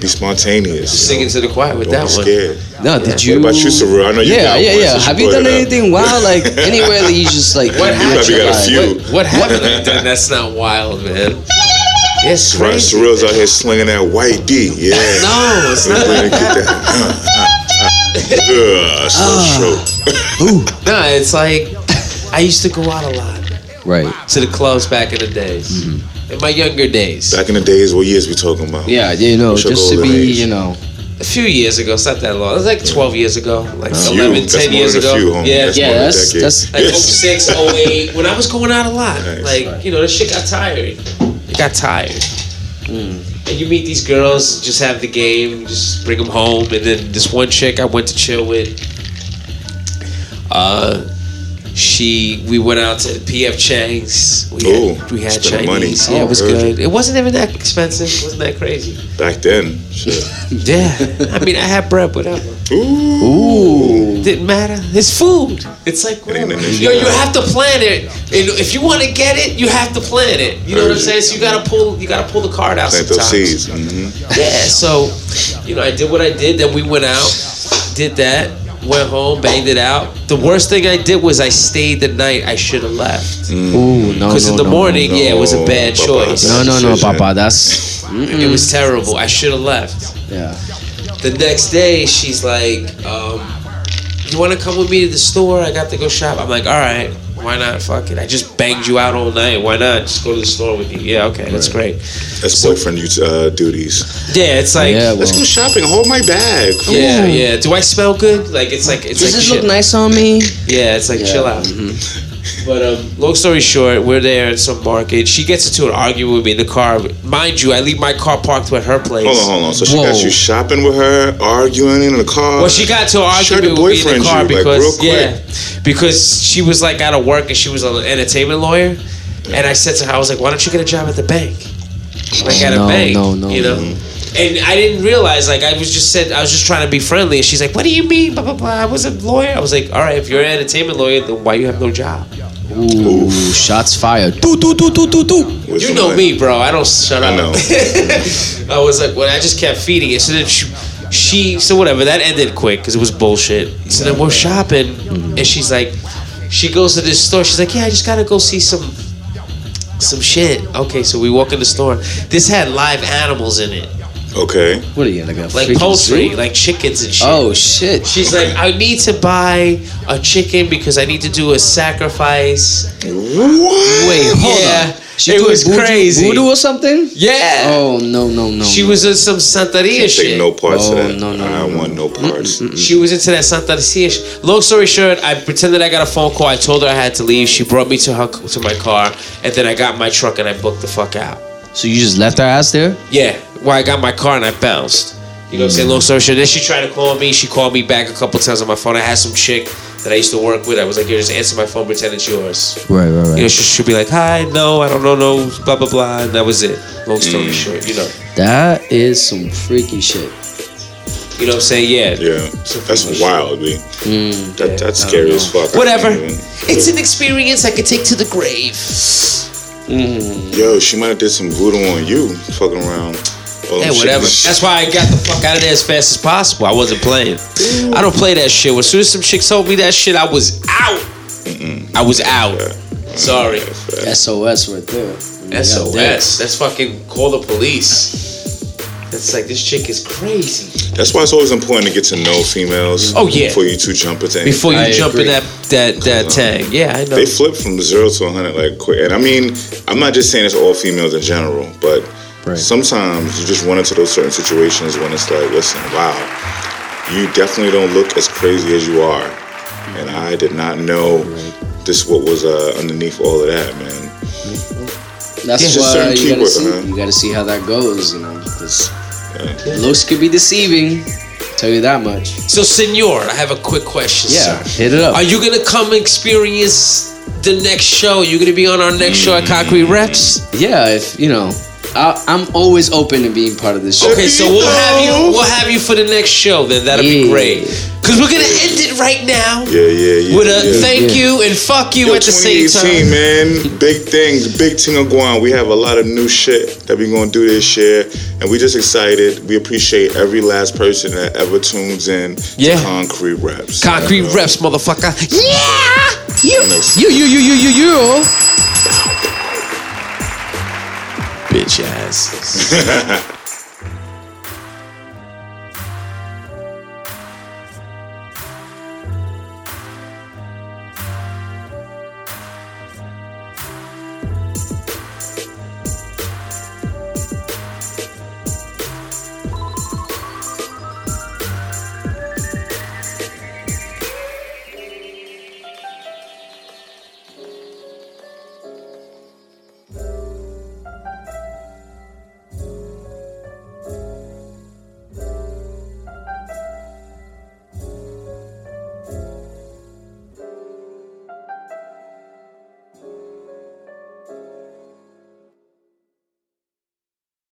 Speaker 1: Be spontaneous. you
Speaker 3: Singing
Speaker 1: know?
Speaker 3: to the choir with
Speaker 1: Don't
Speaker 3: that
Speaker 1: be
Speaker 3: one.
Speaker 1: scared.
Speaker 2: No, did
Speaker 1: What
Speaker 2: you?
Speaker 1: about you, Sarah? I know you
Speaker 2: yeah,
Speaker 1: got
Speaker 2: yeah,
Speaker 1: one,
Speaker 2: yeah.
Speaker 1: since you
Speaker 2: Have you
Speaker 1: brought it
Speaker 2: done
Speaker 1: uh, up.
Speaker 2: anything wild? Like anywhere that you just like
Speaker 3: What
Speaker 2: you
Speaker 3: happened?
Speaker 1: probably got a
Speaker 2: like-
Speaker 1: few.
Speaker 3: What, what happened? I've done that's not wild, man. Yes,
Speaker 1: Right,
Speaker 3: crazy.
Speaker 1: Sorrell's out here slinging that white D. Yeah.
Speaker 3: No, it's
Speaker 1: We're
Speaker 3: not.
Speaker 1: gonna get that. Ugh, slow stroke.
Speaker 3: No, it's like I used to go out a lot
Speaker 2: Right.
Speaker 3: to the clubs back in the days,
Speaker 1: Mm-hmm.
Speaker 3: in my younger days.
Speaker 1: Back in the days, what years we talking about?
Speaker 2: Yeah, you know,
Speaker 1: What's your
Speaker 2: just to
Speaker 1: golden
Speaker 2: be,
Speaker 1: age?
Speaker 2: you know.
Speaker 3: a few years ago. It's not that long. It was like 12 years ago, like
Speaker 1: That's
Speaker 3: 11,
Speaker 1: you. That's
Speaker 3: 10
Speaker 1: more
Speaker 3: years
Speaker 1: than a
Speaker 3: ago.
Speaker 1: few, homie.
Speaker 3: yeah,
Speaker 1: That's
Speaker 2: yeah,
Speaker 1: more than a
Speaker 2: that's-
Speaker 1: decade.
Speaker 2: that's-
Speaker 3: like 06, 08, when I was going out a lot.
Speaker 1: Nice.
Speaker 3: Like, you know, the shit got tired. It got tired. And you meet these girls, just have the game, just bring them home. And then this one chick I went to chill with, uh, she, we went out to PF Chang's. We had,
Speaker 1: Ooh,
Speaker 3: we had
Speaker 1: spending money.
Speaker 3: Chinese. Yeah, it was
Speaker 1: Oh, good.
Speaker 3: good. It wasn't even that expensive. It wasn't that crazy.
Speaker 1: Back then. Shit.
Speaker 3: Yeah. I mean, I had bread, whatever.
Speaker 1: Ooh.
Speaker 3: Didn't matter. It's food. It's like whatever.
Speaker 1: It ain't an issue.
Speaker 3: Yo, you have to plan it, and if you want to get it, you have to plan it. You know what I'm saying? So you gotta pull, you gotta pull the card out
Speaker 1: Plant those
Speaker 3: sometimes.
Speaker 1: seeds. Mm-hmm.
Speaker 3: Yeah. So, you know, I did what I did. Then we went out, did that, went home, banged it out. The worst thing I did was I stayed the night. I should have left
Speaker 2: Ooh, no,
Speaker 3: because
Speaker 2: no,
Speaker 3: in the
Speaker 2: no,
Speaker 3: morning, yeah, it was a
Speaker 1: Mm. Oh, no,
Speaker 3: bad
Speaker 1: Papa.
Speaker 3: choice.
Speaker 2: No, no, no, no,
Speaker 1: Decision.
Speaker 2: Papa. That's
Speaker 3: It was terrible. I should have left.
Speaker 2: yeah.
Speaker 3: The next day, she's like, um, "You want to come with me to the store? I got to go shop." I'm like, "All right, why not? Fuck it. I just banged you out all night. Why not? Just go to the store with you. Yeah, okay, that's great.
Speaker 1: That's boyfriend you uh, duties.
Speaker 3: Yeah, it's like,
Speaker 2: Yeah,
Speaker 3: yeah,
Speaker 2: well-
Speaker 1: Let's go shopping. Hold my bag. Come
Speaker 3: yeah, Do I smell good? Like, it's like, it's
Speaker 2: Does
Speaker 3: like,
Speaker 2: this
Speaker 3: chill.
Speaker 2: look nice on me?
Speaker 3: yeah, it's like,
Speaker 2: Yeah. Mm-hmm.
Speaker 3: chill out. But um, long story short, we're there at some market. She gets into an argument with me in the car. Mind you, I leave my car parked at her place.
Speaker 1: on. Hold on, hold on. So she
Speaker 2: Whoa.
Speaker 1: got you shopping with her, arguing in the car.
Speaker 3: Well, she got to an
Speaker 1: Sure, the
Speaker 3: argument with me in
Speaker 1: boyfriend
Speaker 3: the car
Speaker 1: you, like, real
Speaker 3: because
Speaker 1: quick.
Speaker 3: yeah, because she was like out of work and she was an entertainment lawyer, and I said to her, I was like, why don't you get a job at the bank? Like at
Speaker 2: No,
Speaker 3: a bank,
Speaker 2: no, no,
Speaker 3: you know.
Speaker 2: no.
Speaker 3: And I didn't realize, like, I was just said, I was just trying to be friendly. And she's like, "What do you mean?" Blah blah blah. I was a lawyer. I was like, "All right, if you're an entertainment lawyer, then why you have no job?"
Speaker 2: Ooh, shots fired. Do do do do do do.
Speaker 1: With
Speaker 3: you know
Speaker 1: somebody.
Speaker 3: me, bro. I don't shut up.
Speaker 1: I know.
Speaker 3: I was like, well, I just kept feeding it. So then she, she so whatever, that ended quick because it was bullshit. So then we're shopping,
Speaker 1: Mm.
Speaker 3: and she's like, she goes to this store. She's like, yeah, I just gotta go see some some shit. Okay, so we walk in the store. This had live animals in it,
Speaker 1: Okay.
Speaker 2: What are you like a
Speaker 3: like
Speaker 2: freaking
Speaker 3: poultry,
Speaker 2: zoo?
Speaker 3: like chickens and shit.
Speaker 2: Oh shit.
Speaker 3: She's like, I need to buy a chicken because I need to do a sacrifice.
Speaker 1: What?
Speaker 2: Wait, hold
Speaker 3: Yeah,
Speaker 2: on. She
Speaker 3: it
Speaker 2: doing
Speaker 3: was
Speaker 2: voodoo,
Speaker 3: crazy.
Speaker 2: Voodoo or something?
Speaker 3: Yeah.
Speaker 2: Oh no no no.
Speaker 3: She was in some Santeria
Speaker 1: Take
Speaker 3: shit.
Speaker 1: no parts
Speaker 2: Oh,
Speaker 1: of that.
Speaker 2: no, no,
Speaker 1: I
Speaker 2: no,
Speaker 1: don't
Speaker 2: no.
Speaker 1: want no parts.
Speaker 3: She was into that Santaria. sh- Long story short, I pretended I got a phone call. I told her I had to leave. She brought me to her to my car, and then I got my truck and I booked the fuck out.
Speaker 2: So you just left her ass there?
Speaker 3: Yeah, well, I got my car and I bounced. You know what I'm saying? Long story short, then she tried to call me. She called me back a couple times on my phone. I had some chick that I used to work with. I was like, "Here, just answer my phone, pretend it's yours."
Speaker 2: Right right
Speaker 3: You know,
Speaker 2: right.
Speaker 3: she should be like, "Hi, no, I don't know, no, blah blah blah," and that was it. Long story short, you know,
Speaker 2: That is some freaky shit.
Speaker 3: you know what I'm saying? Yeah,
Speaker 1: Yeah. That's wild, B.
Speaker 3: Mm,
Speaker 1: That, that's scary as fuck. I
Speaker 3: whatever.
Speaker 1: can't even-
Speaker 3: It's an experience I could take to the grave.
Speaker 1: Yo, she might have did some voodoo on you, fucking around. All
Speaker 2: Oh,
Speaker 3: Yeah,
Speaker 1: them
Speaker 3: whatever.
Speaker 1: chickens.
Speaker 3: That's why I got the fuck out of there as fast as possible. I wasn't playing. I don't play that shit. As soon as some chick told me that shit, I was out. I was out. Sorry.
Speaker 2: SOS right there.
Speaker 3: SOS. That's fucking call the police. That's like this chick is crazy.
Speaker 1: That's why it's always important to get to know females.
Speaker 3: Oh, yeah.
Speaker 1: Before you two jump into anything.
Speaker 3: Before you
Speaker 2: I
Speaker 3: jump
Speaker 2: agree. Uh-huh.
Speaker 3: in that that that tag, yeah, I know.
Speaker 1: they flip from zero to 100 like quick. And I mean, I'm not just saying it's all females in general, but
Speaker 2: Right.
Speaker 1: sometimes you just run into those certain situations when it's like, listen, wow, you definitely don't look as crazy as you are. And I did not know this what was uh, underneath all of that, man.
Speaker 2: That's
Speaker 1: Yeah.
Speaker 2: why
Speaker 1: Certain
Speaker 2: you gotta
Speaker 1: keyword,
Speaker 2: see.
Speaker 1: huh?
Speaker 2: You gotta see how that goes. You know, 'cause looks could be deceiving. Tell you that much.
Speaker 3: So, Senor, I have a quick question,
Speaker 2: Yeah,
Speaker 3: sir.
Speaker 2: hit it up.
Speaker 3: Are you gonna come experience the next show? You're gonna be on our
Speaker 2: Mm.
Speaker 3: next show at Concrete Reps?
Speaker 2: yeah, if you know, I, I'm always open to being part of this show.
Speaker 3: Okay, so we'll have you. We'll have you for the next show. Then that'll be
Speaker 2: Yeah.
Speaker 3: great. Cause we're gonna end it right now
Speaker 1: Yeah, yeah, yeah.
Speaker 3: with a
Speaker 1: yeah.
Speaker 3: thank
Speaker 2: yeah.
Speaker 3: you and fuck you
Speaker 1: Yo,
Speaker 3: at the same
Speaker 1: 2018,
Speaker 3: time.
Speaker 1: man. Big things, big thing of Guam. We have a lot of new shit that we're gonna do this year, and we just excited. We appreciate every last person that ever tunes in
Speaker 3: Yeah.
Speaker 1: to Concrete Reps.
Speaker 3: Concrete
Speaker 1: You know?
Speaker 3: Reps, motherfucker. Yeah. You.
Speaker 1: Next.
Speaker 3: You. You. You. You. You. You. Bitch asses.